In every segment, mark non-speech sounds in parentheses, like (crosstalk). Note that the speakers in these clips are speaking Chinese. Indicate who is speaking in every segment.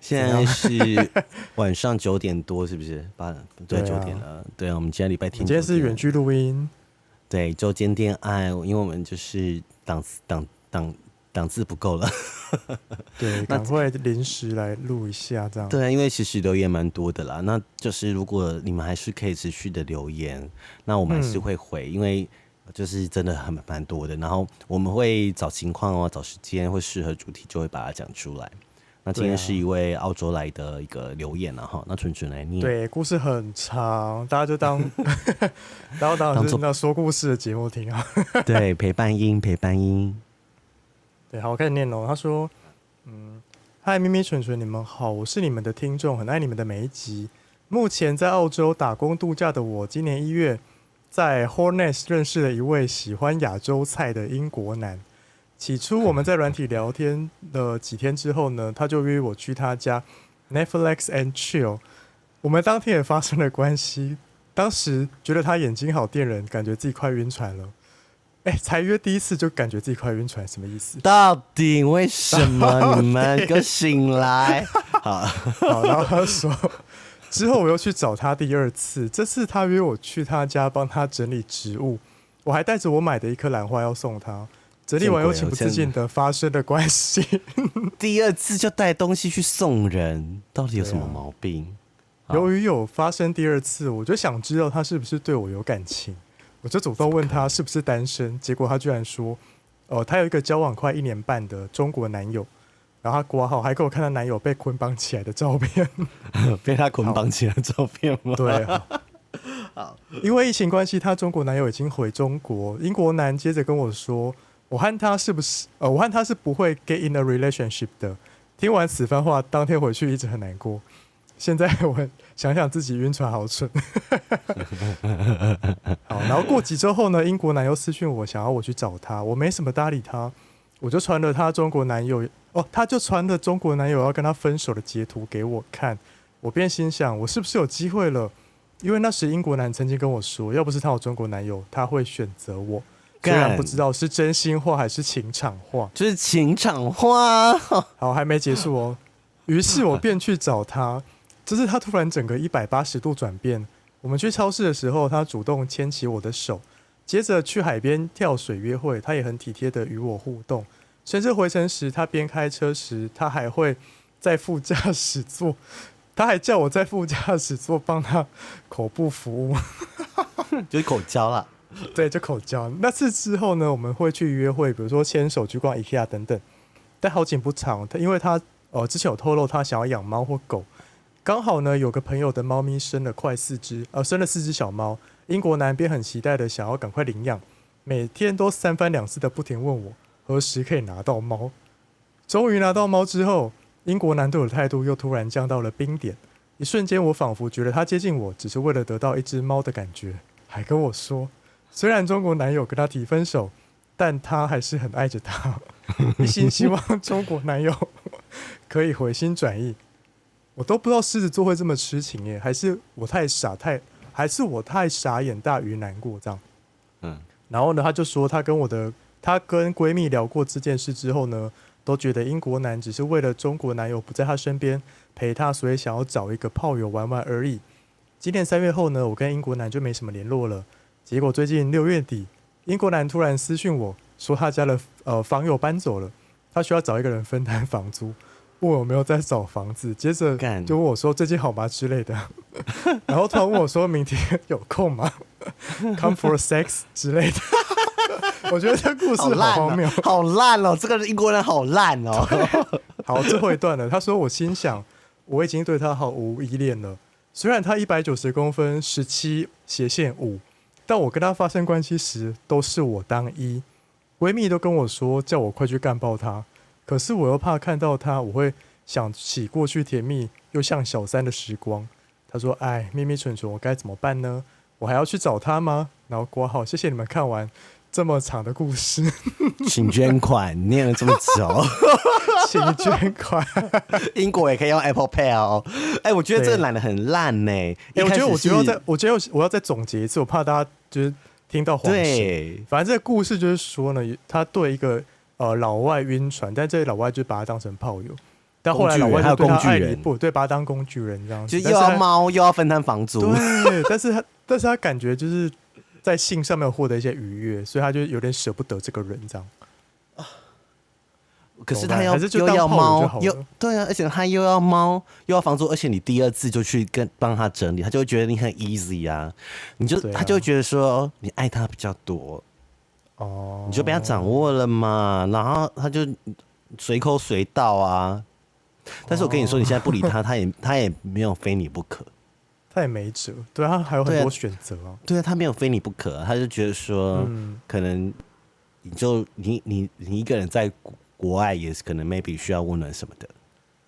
Speaker 1: 现在 (laughs) 是晚上九点多，是不是？八对
Speaker 2: 对
Speaker 1: 九
Speaker 2: 啊
Speaker 1: 点了。对啊，我们今天礼拜天，
Speaker 2: 今天是远距录音，
Speaker 1: 对周间恋爱，因为我们就是档次档档档次不够了。 (laughs)
Speaker 2: 对，赶快临时来录一下这样。
Speaker 1: 对，啊因为其实留言蛮多的啦，那就是如果你们还是可以持续的留言，那我们还是
Speaker 2: 嗯
Speaker 1: 会回，因为就是真的很蛮多的。然后我们会找情况哦，找时间会适合主题，就会把它讲出来。那今
Speaker 2: 对
Speaker 1: 天
Speaker 2: 啊
Speaker 1: 是一位澳洲来的一个留言了、啊、哈，那纯纯来念。
Speaker 2: 对，故事很长，大家就当 (laughs) 大家当然
Speaker 1: 当
Speaker 2: 是
Speaker 1: 作
Speaker 2: 那说故事的节目听啊。
Speaker 1: 对，陪伴音，陪伴音。
Speaker 2: 对，好，我开始念喽。他说：“嗯，嗨，咪咪、蠢蠢，你们好，我是你们的听众，很爱你们的每一集。目前在澳洲打工度假的我，今年一月在 Hornets 认识了一位喜欢亚洲菜的英国男。起初我们在软体聊天了几天之后呢，他就约我去他家 Netflix and chill。我们当天也发生了关系，当时觉得他眼睛好电人，感觉自己快晕船了。哎，才约第一次就感觉自己快晕船，什么意思？
Speaker 1: 到底为什么你们给我醒来？好，
Speaker 2: 好，然后他说，之后我又去找他第二次，这次他约我去他家帮他整理植物，我还带着我买的一颗兰花要送他。整理完又情不自禁的发生了关系，
Speaker 1: 第二次就带东西去送人，到底有什么
Speaker 2: 对啊
Speaker 1: 毛病？好
Speaker 2: 由于有发生第二次，我就想知道他是不是对我有感情，我就主动问他是不是单身，结果他居然说，哦、他有一个交往快一年半的中国男友，然后他挂号还给我看他男友被捆绑起来的照片。
Speaker 1: 被他捆绑起来的照片吗？
Speaker 2: 对，啊因为疫情关系，她中国男友已经回中国。英国男接着跟我说，我和他是不是呃，我和他是不会 get in a relationship 的。听完此番话，当天回去一直很难过。现在我很想想自己晕船好蠢。好，哦然后过几周后呢，英国男友私讯我，想要我去找他，我没什么搭理他，我就传了他中国男友哦，他就传了中国男友要跟他分手的截图给我看，我便心想，我是不是有机会了？因为那时英国男曾经跟我说，要不是他有中国男友，他会选择我。虽然
Speaker 1: 干
Speaker 2: 不知道是真心话还是情场话，
Speaker 1: 就是情场话。
Speaker 2: 好，还没结束哦。于是我便去找他，这是他突然整个一百八十度转变。我们去超市的时候，他主动牵起我的手，接着去海边跳水约会，他也很体贴的与我互动。甚至回程时，他边开车时，他还会在副驾驶座，他还叫我在副驾驶座帮他口部服务。
Speaker 1: 就是口交啦。
Speaker 2: (laughs) 对，就口交。那次之后呢，我们会去约会，比如说牵手去逛 IKEA 等等。但好景不长，他因为他呃之前有透露他想要养猫或狗，刚好呢有个朋友的猫咪生了快四只，呃生了四只小猫，英国男边很期待的想要赶快领养，每天都三番两次的不停问我何时可以拿到猫。终于拿到猫之后，英国男对我的态度又突然降到了冰点，一瞬间我仿佛觉得他接近我只是为了得到一只猫的感觉，还跟我说虽然中国男友跟她提分手，但她还是很爱着他，一心希望中国男友可以回心转意。我都不知道狮子座会这么痴情耶，还是我太傻太，还是我太傻眼大于难过这样。
Speaker 1: 嗯，
Speaker 2: 然后呢，她就说她跟我的她跟闺蜜聊过这件事之后呢，都觉得英国男只是为了中国男友不在她身边陪她，所以想要找一个炮友玩玩而已。今年三月后呢，我跟英国男就没什么联络了。结果最近六月底，英国男突然私讯我说他家的呃房友搬走了，他需要找一个人分担房租，问我有没有在找房子，接着
Speaker 1: 干
Speaker 2: 就问我说最近好吗之类的， (laughs) 然后突然问我说明天有空吗？Come for sex 之类的。 (laughs) 我觉得这故事
Speaker 1: 好烂
Speaker 2: 好荒谬
Speaker 1: 哦。，好烂哦！这个英国人好烂哦。
Speaker 2: 好，最后一段了。他说：“我心想，我已经对他毫无依恋了。虽然他一百九十公分，十七斜线五，但我跟他发生关系时都是我当一。闺蜜都跟我说叫我快去干爆他，可是我又怕看到他，我会想起过去甜蜜又像小三的时光。他说：“哎，秘密蠢蠢，我该怎么办呢？我还要去找他吗？”然后挂号，谢谢你们看完这么长的故事， (laughs)
Speaker 1: 请捐款，念了这么久，
Speaker 2: 请捐款。
Speaker 1: 英国也可以用 Apple Pay 哦。哎、我觉得这个懒得很烂呢、
Speaker 2: 哎、
Speaker 1: 一
Speaker 2: 我
Speaker 1: 开
Speaker 2: 觉得，
Speaker 1: 始
Speaker 2: 我觉得要
Speaker 1: 是
Speaker 2: 再，我觉得我要再总结一次，我怕大家就是听到黄神。
Speaker 1: 对
Speaker 2: 反正这个故事就是说呢，他对一个呃老外晕船，但这个老外就把他当成炮友，但后来老外就对他爱理不，对，把他当工具人这样
Speaker 1: 就
Speaker 2: 子。
Speaker 1: 又要猫又要分摊房租，
Speaker 2: 对，但是他但是他感觉就是在性上面获得一些愉悦，所以他就有点舍不得这个人这样。
Speaker 1: 可是
Speaker 2: 怎么办
Speaker 1: 他要
Speaker 2: 还是就
Speaker 1: 又
Speaker 2: 当
Speaker 1: 要
Speaker 2: 炮友就
Speaker 1: 猫
Speaker 2: 好了
Speaker 1: 又对啊，而且他又要猫又要房租，而且你第二次就去跟帮他整理，他就会觉得你很 easy 啊，你就、
Speaker 2: 对啊
Speaker 1: 他就会觉得说哦你爱他比较多，
Speaker 2: 哦，
Speaker 1: 你就被他掌握了嘛，然后他就随口随到啊。但是我跟你说，你现在不理
Speaker 2: (laughs)
Speaker 1: 他，他也他也没有非你不可。
Speaker 2: 他也没辙，对他还有很
Speaker 1: 对啊
Speaker 2: 多选择啊。
Speaker 1: 对啊，他没有非你不可啊、他就觉得说，
Speaker 2: 嗯
Speaker 1: 可能你就你你你一个人在国国外也是可能 maybe 需要温暖什么的。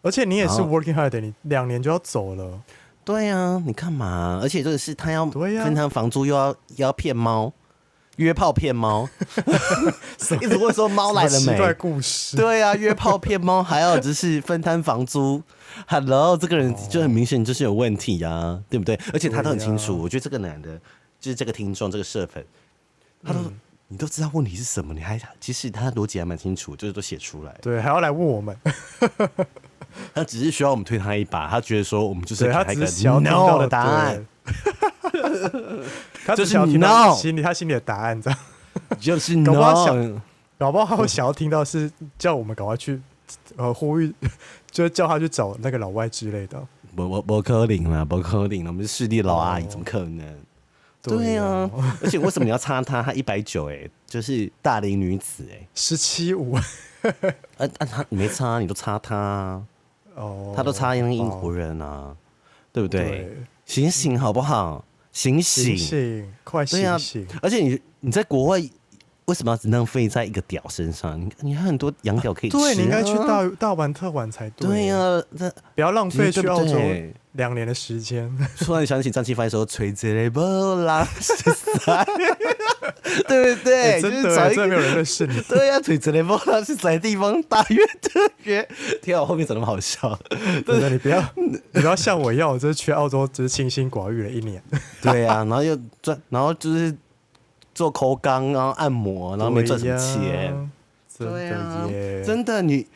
Speaker 2: 而且你也是
Speaker 1: 然后
Speaker 2: working hard，你两年就要走了，
Speaker 1: 对啊，你干嘛？而且这个是他要
Speaker 2: 对啊
Speaker 1: 分摊房租，又要又要骗猫，约炮
Speaker 2: (laughs)
Speaker 1: 骗猫，
Speaker 2: 什么
Speaker 1: 一直问说猫来了
Speaker 2: 什么奇怪
Speaker 1: 没？
Speaker 2: 故事，
Speaker 1: 对啊，约炮骗猫，还有就是分摊房租。Hello，这个人就很明显就是有问题呀、啊，对不对？而且他都很清楚，
Speaker 2: 对啊
Speaker 1: 我觉得这个男的，就是这个听众这个社粉，他都、
Speaker 2: 嗯
Speaker 1: 你都知道问题是什么，你还其实他逻辑还蛮清楚，就是都写出来。
Speaker 2: 对，还要来问我
Speaker 1: (laughs)
Speaker 2: 们，
Speaker 1: 他只是需要我们推他一把，他觉得说我们就是
Speaker 2: 对
Speaker 1: 给
Speaker 2: 他
Speaker 1: 一
Speaker 2: 只
Speaker 1: 个
Speaker 2: 是想要听
Speaker 1: no
Speaker 2: 到
Speaker 1: 的答案，，
Speaker 2: 对 (laughs) 他
Speaker 1: 就
Speaker 2: 只
Speaker 1: 是
Speaker 2: 想要听到
Speaker 1: no
Speaker 2: 心里他心里的答案这样，
Speaker 1: 就是
Speaker 2: 搞不好
Speaker 1: no
Speaker 2: 想。搞不好他会想要听到是叫我们赶快去，呃，呼吁， (laughs) 就是叫他去找那个老外之类的。
Speaker 1: 我我我可能啦，我可能啦，我们是势力老阿姨，
Speaker 2: 哦
Speaker 1: 怎么可能？
Speaker 2: 对
Speaker 1: 对啊，而且为什么你要插他？他一百九哎，就是大龄女子哎、
Speaker 2: 十七五
Speaker 1: 啊啊，他你没插，你都插他、啊，
Speaker 2: 哦，
Speaker 1: (laughs) 他都插那个英国
Speaker 2: 人，
Speaker 1: 人啊，对不对？
Speaker 2: 对，
Speaker 1: 醒醒好不好？醒
Speaker 2: 醒
Speaker 1: 醒！
Speaker 2: 醒，快
Speaker 1: 对啊
Speaker 2: 醒醒！
Speaker 1: 而且你你在国外为什么要只浪费在一个屌身上？你你还有很多洋屌可以吃、啊
Speaker 2: 对，你应该去大大玩特玩才
Speaker 1: 对呀、
Speaker 2: 啊，
Speaker 1: 那
Speaker 2: (laughs) 不要浪费
Speaker 1: 对
Speaker 2: 去
Speaker 1: 不
Speaker 2: 澳洲
Speaker 1: 对
Speaker 2: 两年的时间。
Speaker 1: 突然想起张清帆说“吹着雷波 (laughs) 浪十三”，对不对？
Speaker 2: (laughs) 欸
Speaker 1: 就
Speaker 2: 真
Speaker 1: 是
Speaker 2: 的
Speaker 1: 找
Speaker 2: 欸，
Speaker 1: 一
Speaker 2: 真的没
Speaker 1: 个
Speaker 2: 有人认识你。
Speaker 1: 对呀、腿吹雷波浪是在地方大约特别。天啊，我后面怎么那么好笑？
Speaker 2: 真的，你
Speaker 1: (laughs)
Speaker 2: 不要，
Speaker 1: 嗯
Speaker 2: 你不要像我一样，我就是去澳洲，只是清心寡欲了一年。
Speaker 1: 对呀、然后又赚，然后就是做口肛，然后按摩， (laughs) 然后没赚什么钱。
Speaker 2: 对
Speaker 1: 对
Speaker 2: 呀，真
Speaker 1: 啊
Speaker 2: 的耶，
Speaker 1: 真的你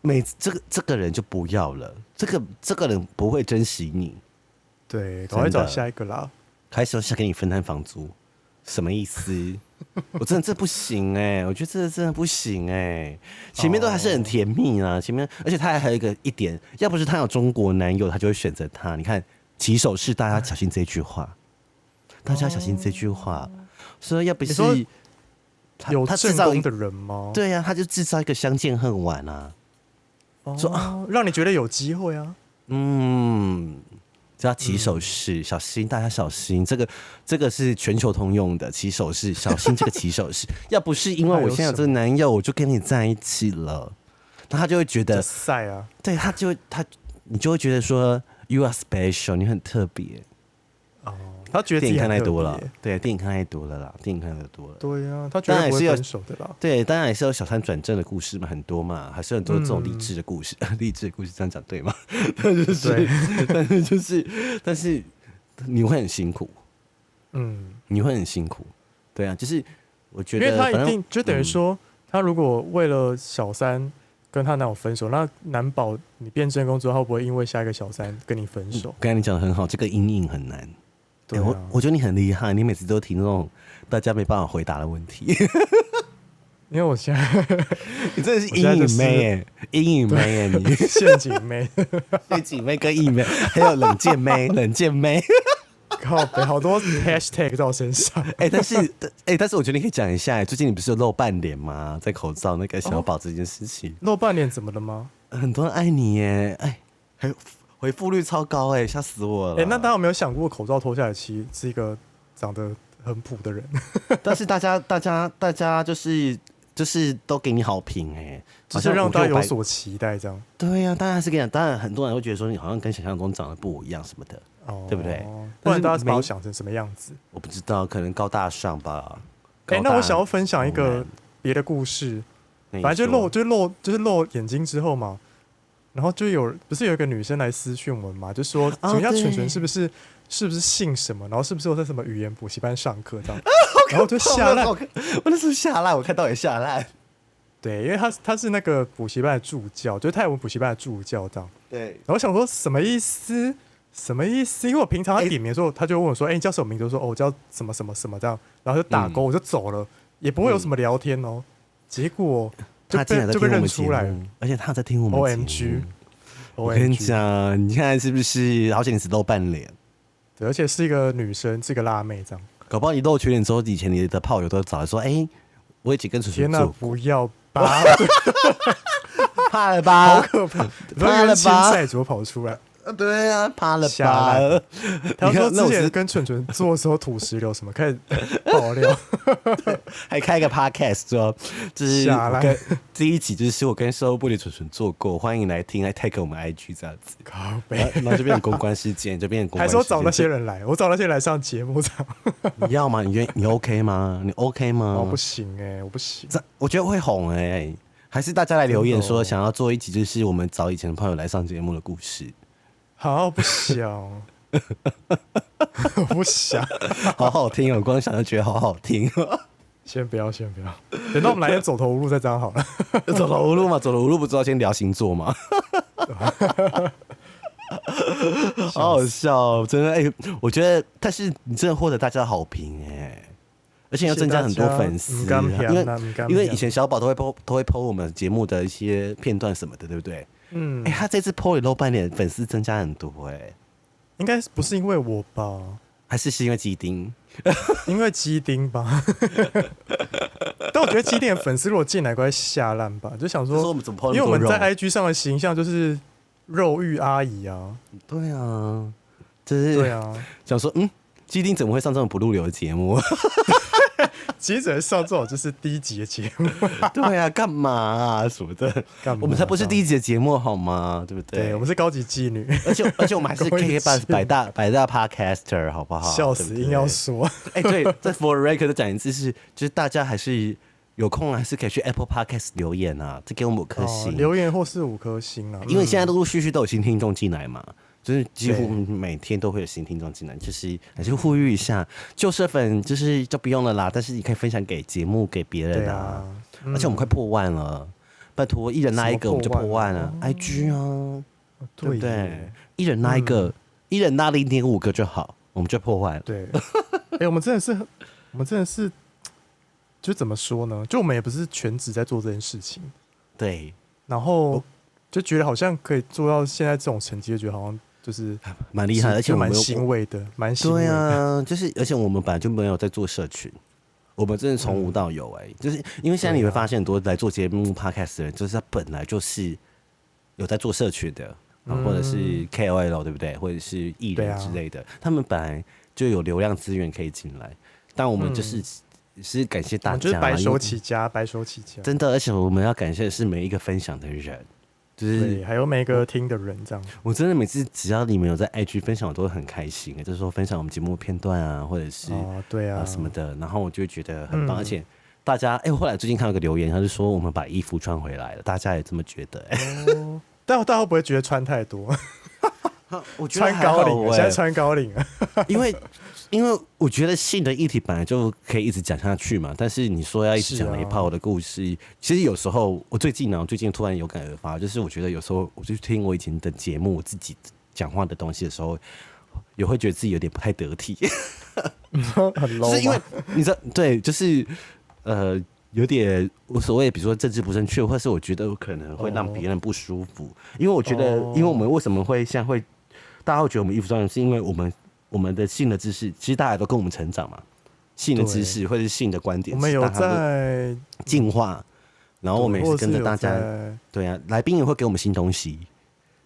Speaker 1: 每这个这个人就不要了，这个这个人不会珍惜你，
Speaker 2: 对，赶快
Speaker 1: 真
Speaker 2: 找
Speaker 1: 的
Speaker 2: 下一个啦。
Speaker 1: 开始想给你分摊房租，什么意思？ (laughs) 我真的这不行哎、我觉得这真的不行哎、前面都还是很甜蜜
Speaker 2: 哦
Speaker 1: 啊，前面而且他还有一个一点，要不是他有中国男友，他就会选择他。你看起手式，大家小心这句话，大家小心这句话。所以要不
Speaker 2: 哦你
Speaker 1: 是
Speaker 2: 说
Speaker 1: 他
Speaker 2: 有
Speaker 1: 他制
Speaker 2: 正
Speaker 1: 造
Speaker 2: 宫
Speaker 1: 一
Speaker 2: 的人吗？
Speaker 1: 对啊呀、他就制造一个相见恨晚啊。说
Speaker 2: 哦，让你觉得有机会啊。
Speaker 1: 嗯，叫起手式，小心，大家小心，这个这个是全球通用的起手式，小心这个起手式。要不是因为我现在有这个男友，我就跟你在一起了，那他就会觉
Speaker 2: 比
Speaker 1: 得，
Speaker 2: 赛啊，
Speaker 1: 对他就会他你就会觉得说，you are special，你很特别。
Speaker 2: 哦，他觉得自
Speaker 1: 电
Speaker 2: 己
Speaker 1: 影看
Speaker 2: 很
Speaker 1: 太
Speaker 2: 特
Speaker 1: 多
Speaker 2: 别
Speaker 1: 了，对，电影看太多了啦，电影看太多了。
Speaker 2: 对啊，他绝对不会分手的啦。
Speaker 1: 对，当然也是有小三转正的故事嘛，很多嘛，还是很多这种励志的故事，励志的故事这样讲对吗？但是就是， (laughs) 但是就是，但是你会很辛苦，
Speaker 2: 嗯，
Speaker 1: 你会很辛苦，对啊，就是我觉
Speaker 2: 因
Speaker 1: 得，
Speaker 2: 为他
Speaker 1: 反
Speaker 2: 一
Speaker 1: 正嗯
Speaker 2: 定就等于说，他如果为了小三跟他男友分手，那难保你变正宫之后，他会不会因为下一个小三跟你分手？
Speaker 1: 刚才你讲的很好，这个阴影很难。
Speaker 2: 对
Speaker 1: 欸我
Speaker 2: 啊，
Speaker 1: 我觉得你很厉害，你每次都提那种大家没办法回答的问题， (laughs)
Speaker 2: 因为我现在 (laughs)
Speaker 1: 你真的是
Speaker 2: 我现
Speaker 1: 阴
Speaker 2: 在就
Speaker 1: 影
Speaker 2: 是
Speaker 1: 妹耶，阴影妹耶， (laughs) 你
Speaker 2: 陷阱妹，
Speaker 1: 对姐妹跟阴妹，还有冷箭 (laughs) 妹，冷箭妹。
Speaker 2: 靠北，好
Speaker 1: (laughs)
Speaker 2: 多 hashtag 到我身上。
Speaker 1: 哎、但是，但哎、但是我觉得你可以讲一下，最近你不是有露半脸吗？在口罩那个小宝这件事情，
Speaker 2: 露半脸怎么了吗？
Speaker 1: 很多人爱你耶，哎，还有回复率超高哎，吓死我了。
Speaker 2: 哎、那大家有没有想过，口罩脱下来其实是一个长得很普的人？
Speaker 1: 但是大家大家大家就是就是都给你好评哎，
Speaker 2: 就
Speaker 1: 好
Speaker 2: 是
Speaker 1: 像
Speaker 2: 让
Speaker 1: 五
Speaker 2: 大家
Speaker 1: 六
Speaker 2: 有
Speaker 1: 百
Speaker 2: 所期待这样。
Speaker 1: 对呀、啊，当然是跟你讲，当然很多人会觉得说你好像跟想象中长得不一样什么的，
Speaker 2: 哦
Speaker 1: 对不对？
Speaker 2: 不
Speaker 1: 但是
Speaker 2: 然大家把我
Speaker 1: 没
Speaker 2: 想成什么样子？
Speaker 1: 我不知道，可能高大上吧。
Speaker 2: 哎、
Speaker 1: 高
Speaker 2: 那我
Speaker 1: 大
Speaker 2: 想要分享一
Speaker 1: 红
Speaker 2: 个
Speaker 1: 男
Speaker 2: 别的故事，
Speaker 1: 那你
Speaker 2: 反正就
Speaker 1: 说
Speaker 2: 露，就是露，就是露眼睛之后嘛，然后就有不是有一个女生来私讯我们嘛，就说
Speaker 1: 哦
Speaker 2: 请问一下
Speaker 1: 对
Speaker 2: 蠢蠢是不是是不是姓什么，然后是不是我在什么语言补习班上课
Speaker 1: (laughs)
Speaker 2: 这样，然后就吓烂
Speaker 1: 哦我。那时候吓烂，我看到也吓烂。
Speaker 2: 对，因为他他是那个补习班的助教，就是泰文补习班的助教这样。
Speaker 1: 对，
Speaker 2: 然后我想说什么意思？什么意思？因为我平常他
Speaker 1: 哎
Speaker 2: 点名的时候，他就会问我说：“哎、你叫什么名字？”我说：“哦，我叫什么什么什么。”这样，然后就打
Speaker 1: 嗯
Speaker 2: 勾，我就走了，也不会有什么聊天哦。结果就
Speaker 1: (laughs) 他竟然
Speaker 2: 被
Speaker 1: 在
Speaker 2: 就
Speaker 1: 听
Speaker 2: 被
Speaker 1: 我们
Speaker 2: 认
Speaker 1: 节
Speaker 2: 出来了
Speaker 1: 目，而且他有在听我们节目
Speaker 2: ，OMG。
Speaker 1: 我跟你
Speaker 2: OMG
Speaker 1: 讲，你看是不是？好险你只露半脸，
Speaker 2: 对，而且是一个女生，是一个辣妹这样。
Speaker 1: 搞不好你露全脸之后，以前你的炮友都找来说：“哎、我一起跟楚楚
Speaker 2: 天哪、
Speaker 1: 做，
Speaker 2: 不要吧，
Speaker 1: 怕了吧
Speaker 2: 好？可
Speaker 1: (laughs)
Speaker 2: 怕！你
Speaker 1: 怕
Speaker 2: 说
Speaker 1: 了
Speaker 2: 原青
Speaker 1: 吧
Speaker 2: 菜怎么跑出来？
Speaker 1: 对啊，怕了
Speaker 2: 吓
Speaker 1: 吧
Speaker 2: 烂？他
Speaker 1: 你
Speaker 2: 说
Speaker 1: 看，那
Speaker 2: 之
Speaker 1: 我
Speaker 2: 前
Speaker 1: 是
Speaker 2: 跟蠢蠢做的时候吐石榴什么，开始爆料。
Speaker 1: (laughs) (laughs) 还开一个 podcast 说，就是
Speaker 2: 吓
Speaker 1: 我
Speaker 2: 烂
Speaker 1: 跟第一集就是我跟售后部的楚楚做过，欢迎来听，来 tag 我们 IG 这样子。”
Speaker 2: 靠
Speaker 1: 然
Speaker 2: 背
Speaker 1: 后，然后就变成公关事件，就变成公
Speaker 2: 还
Speaker 1: 关事
Speaker 2: 是
Speaker 1: 件。
Speaker 2: 我找那些人来，我找那些人来上节目这样。
Speaker 1: 你要吗？你愿你 OK 吗？你 OK 吗？
Speaker 2: 哦，不行哎、 (laughs) 我不行。
Speaker 1: 这我觉得会红哎、还是大家来留言
Speaker 2: 真的
Speaker 1: 说
Speaker 2: 哦
Speaker 1: 想要做一集，就是我们找以前的朋友来上节目的故事，
Speaker 2: 好，不想， (laughs) 我不想，
Speaker 1: 好好听哦，光想就觉得好好听。
Speaker 2: 先不要，先不要，等到我们哪天走投无路再这样好了。
Speaker 1: 走了无路嘛，走了无路不知道先聊星
Speaker 2: (laughs)
Speaker 1: 座嘛，好好笑哦，真的哎、我觉得，但是你真的获得大家的好评哎、而 (laughs) 且要增加很多粉丝
Speaker 2: 谢谢大
Speaker 1: 啊，
Speaker 2: 家唔敢
Speaker 1: 因为
Speaker 2: 骗啊唔敢
Speaker 1: 因为
Speaker 2: 骗
Speaker 1: 以前小宝都会 PO 都会 PO 我们节目的一些片段什么的，对不对？
Speaker 2: 嗯
Speaker 1: 哎、，他这次 PO 也露半脸，粉丝增加很多哎、
Speaker 2: 应该不是因为我吧，
Speaker 1: 还是是因为基丁？
Speaker 2: 因为基丁吧。 (laughs) 但我觉得基丁的粉丝如果进来，该吓烂吧，就想
Speaker 1: 就是
Speaker 2: 说
Speaker 1: 我，们怎么 PO
Speaker 2: 因为
Speaker 1: 那么
Speaker 2: 我
Speaker 1: 多
Speaker 2: 们
Speaker 1: 肉？啊
Speaker 2: 在 IG 上的形象就是肉欲阿姨啊，
Speaker 1: 对啊，就是
Speaker 2: 对啊，
Speaker 1: 想说，嗯，基丁怎么会上这种不入流的节目？ (laughs)
Speaker 2: 其实只能上这种就是低级的节目，
Speaker 1: 对啊，干嘛啊什么的？
Speaker 2: 干嘛
Speaker 1: 我们才不是
Speaker 2: 这样
Speaker 1: 第一集的节目好吗？对不对？
Speaker 2: 嗯对我们是高级妓女，(laughs)
Speaker 1: 而且而且我们还是
Speaker 2: 高一
Speaker 1: K 百
Speaker 2: 级
Speaker 1: 百大百大 podcaster 好不好？
Speaker 2: 笑死，
Speaker 1: 对不对
Speaker 2: 硬要说。
Speaker 1: 哎、对， (laughs) 在 For Record 的展示是，就是大家还是有空啊还是可以去 Apple Podcast 留言啊，再给我们五颗
Speaker 2: 哦
Speaker 1: 星、，
Speaker 2: 留言或是五颗星啊，
Speaker 1: 因为
Speaker 2: 嗯
Speaker 1: 现在陆陆续续都有新听众进来嘛，就是几乎
Speaker 2: 对
Speaker 1: 每天都会有新听众进来，就是还是呼吁一下旧社粉，就是就不用了啦，但是你可以分享给节目给别
Speaker 2: 对
Speaker 1: 人
Speaker 2: 啊，
Speaker 1: 而且我们快破万了，拜托一人拉一个我们就破万了，IG 啊，对不对
Speaker 2: 嗯哦耶？嗯
Speaker 1: 一人拉一个，一人拉零点五个就好，我们就破万了。
Speaker 2: 对， (laughs) 哎、我们真的是，我们真的是，就怎么说呢？就我们也不是全职在做这件事情，
Speaker 1: 对，
Speaker 2: 然
Speaker 1: 哦
Speaker 2: 后就觉得好像可以做到现在这种成绩，就觉得好像就是
Speaker 1: 蛮厉害，
Speaker 2: 是
Speaker 1: 而且
Speaker 2: 就
Speaker 1: 我们
Speaker 2: 蛮
Speaker 1: 又
Speaker 2: 欣慰的，蛮欣慰
Speaker 1: 对
Speaker 2: 的。
Speaker 1: 啊，就是而且我们本来就没有在做社群，我们真的从无到有哎、就是因为现在你会发现很多来做节目 podcast 的人，就是他本来就是有在做社群的，啊，或者是 KOL 对不对，或者是
Speaker 2: 嗯
Speaker 1: 艺
Speaker 2: 对
Speaker 1: 人
Speaker 2: 啊
Speaker 1: 之类的，他们本来就有流量资源可以进来，但我们就是、是感谢
Speaker 2: 我
Speaker 1: 大
Speaker 2: 嗯们
Speaker 1: 家
Speaker 2: 就
Speaker 1: 啦，
Speaker 2: 是白
Speaker 1: 因
Speaker 2: 手
Speaker 1: 为
Speaker 2: 起家，白手起家。
Speaker 1: 真的，而且我们要感谢的是每一个分享的人，就是哦
Speaker 2: 对，还有每个听的人这样，
Speaker 1: 我真的每次只要你们有在 IG 分享，我都会很开心欸，就是说分享我们节目片段啊，或者是啊、
Speaker 2: 哦，对啊，
Speaker 1: 什么的，然后我就会觉得很棒。
Speaker 2: 嗯
Speaker 1: 而且大家，哎、我后来最近看到一个留言，他就说我们把衣服穿回来了，大家也这么觉得、哎，
Speaker 2: 哦但大家会不会觉得穿太多？
Speaker 1: 我觉
Speaker 2: 穿高领啊了，现在
Speaker 1: 欸
Speaker 2: 穿高领了。
Speaker 1: 因为因为我觉得性的议题本来就可以一直讲下去嘛，但是你说要一直
Speaker 2: 是啊
Speaker 1: 讲雷炮的故事，其实有时候我最近呢、我最近突然有感而发，就是我觉得有时候我就听我以前的节目，我自己讲话的东西的时候，也会觉得自己有点不太得体。
Speaker 2: 很 low，啊
Speaker 1: 就是因为
Speaker 2: 吗
Speaker 1: 你知道，对，就是呃，有点无所谓，比如说政治不正确，或是我觉得我可能会让
Speaker 2: 哦
Speaker 1: 别人不舒服，因为我觉得，
Speaker 2: 哦
Speaker 1: 因为我们为什么会现在会大家会觉得我们衣服专业，是因为我们我们的性的知识，其实大家都跟我们成长嘛，性的知识或者是性的观点，
Speaker 2: 我们
Speaker 1: 是
Speaker 2: 有
Speaker 1: 大家都
Speaker 2: 在，
Speaker 1: 进化，然后我们也
Speaker 2: 或者
Speaker 1: 是跟着
Speaker 2: 有
Speaker 1: 大家，
Speaker 2: 在
Speaker 1: 对啊，来宾也会给我们新东西，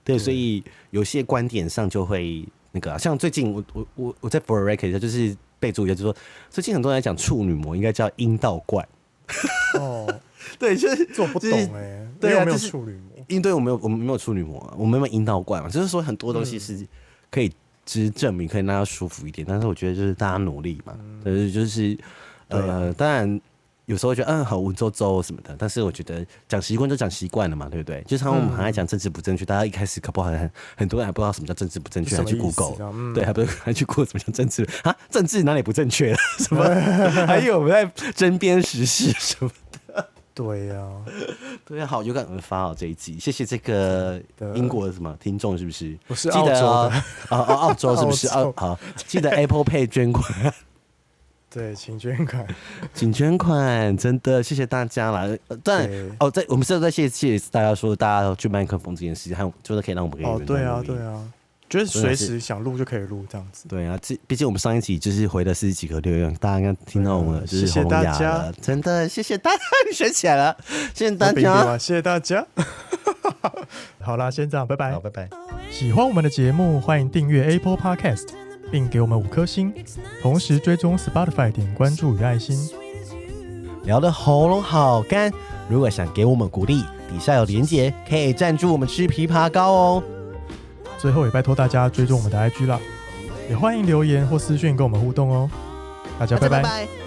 Speaker 1: 对，所以有些观点上就会那个啊、像最近我我我我在 f o r e r e c 就是备注一下，就是说最近很多人在讲处女膜应该叫阴道怪，
Speaker 2: 哦，
Speaker 1: 对，就是
Speaker 2: 这我不懂
Speaker 1: 就是
Speaker 2: 哎、欸，
Speaker 1: 对
Speaker 2: 因为
Speaker 1: 啊
Speaker 2: 我没有
Speaker 1: 就是
Speaker 2: 处女膜，嗯
Speaker 1: 因为对我没有我们没有处女膜啊，我们没有阴道怪嘛，就是说很多东西是可以之证明可以让他舒服一点。但是我觉得就是大家努力嘛，但是就是呃，当然有时候觉得嗯好文绉绉什么的，但是我觉得讲习惯就讲习惯了嘛，对不对？就像我们很爱讲政治不正确，大家一开始搞不好很很多人还不知道什么叫政治不正确，
Speaker 2: 什
Speaker 1: 还
Speaker 2: 么
Speaker 1: 去
Speaker 2: 意思
Speaker 1: Google，
Speaker 2: 这样嗯
Speaker 1: 对，还不是还去 Google 什么叫政治啊？政治哪里不正确了？什么？还有我们在 (laughs) 针砭时事什么？
Speaker 2: 对呀，
Speaker 1: 对啊，好有感而发哦，这一集，谢谢这个
Speaker 2: 的
Speaker 1: 英国的什么听众是不是？
Speaker 2: 我是
Speaker 1: 记得
Speaker 2: 澳洲
Speaker 1: 哦，哦哦澳洲是不是？
Speaker 2: (laughs) 澳
Speaker 1: 澳
Speaker 2: 洲
Speaker 1: 好，记得 Apple Pay 捐款，
Speaker 2: (laughs) 对，请捐款，
Speaker 1: 请捐款，真的谢谢大家啦。呃但
Speaker 2: 对
Speaker 1: 哦，在我们是在谢谢大家说大家去麦克风这件事，还有真的可以让我们可以
Speaker 2: 哦，对啊，对
Speaker 1: 啊，
Speaker 2: 啊，就是随
Speaker 1: 真
Speaker 2: 时想录就可以录这样子。
Speaker 1: 对啊，这毕竟我们上一集就是回了四十几个留言，大家应该听到我们
Speaker 2: 对啊
Speaker 1: 就
Speaker 2: 谢
Speaker 1: 是
Speaker 2: 谢
Speaker 1: 红
Speaker 2: 大
Speaker 1: 牙
Speaker 2: 家
Speaker 1: 了，真的谢谢大家，学起来了，谢谢大
Speaker 2: 我比一比
Speaker 1: 家。
Speaker 2: 吧，谢谢大
Speaker 1: (laughs)
Speaker 2: 家。好啦，先这样，拜拜
Speaker 1: 好，。拜拜。
Speaker 2: 喜欢我们的节目，欢迎订阅 Apple Podcast，并给我们五颗星，同时追踪 Spotify 点关注与爱心。
Speaker 1: 聊得喉咙好干。如果想给我们鼓励，底下有连结，可以赞助我们吃枇杷膏哦。
Speaker 2: 最后也拜托大家追踪我们的 IG 啦，也欢迎留言或私讯跟我们互动哦。大家
Speaker 1: 大家
Speaker 2: 拜拜
Speaker 1: 拜拜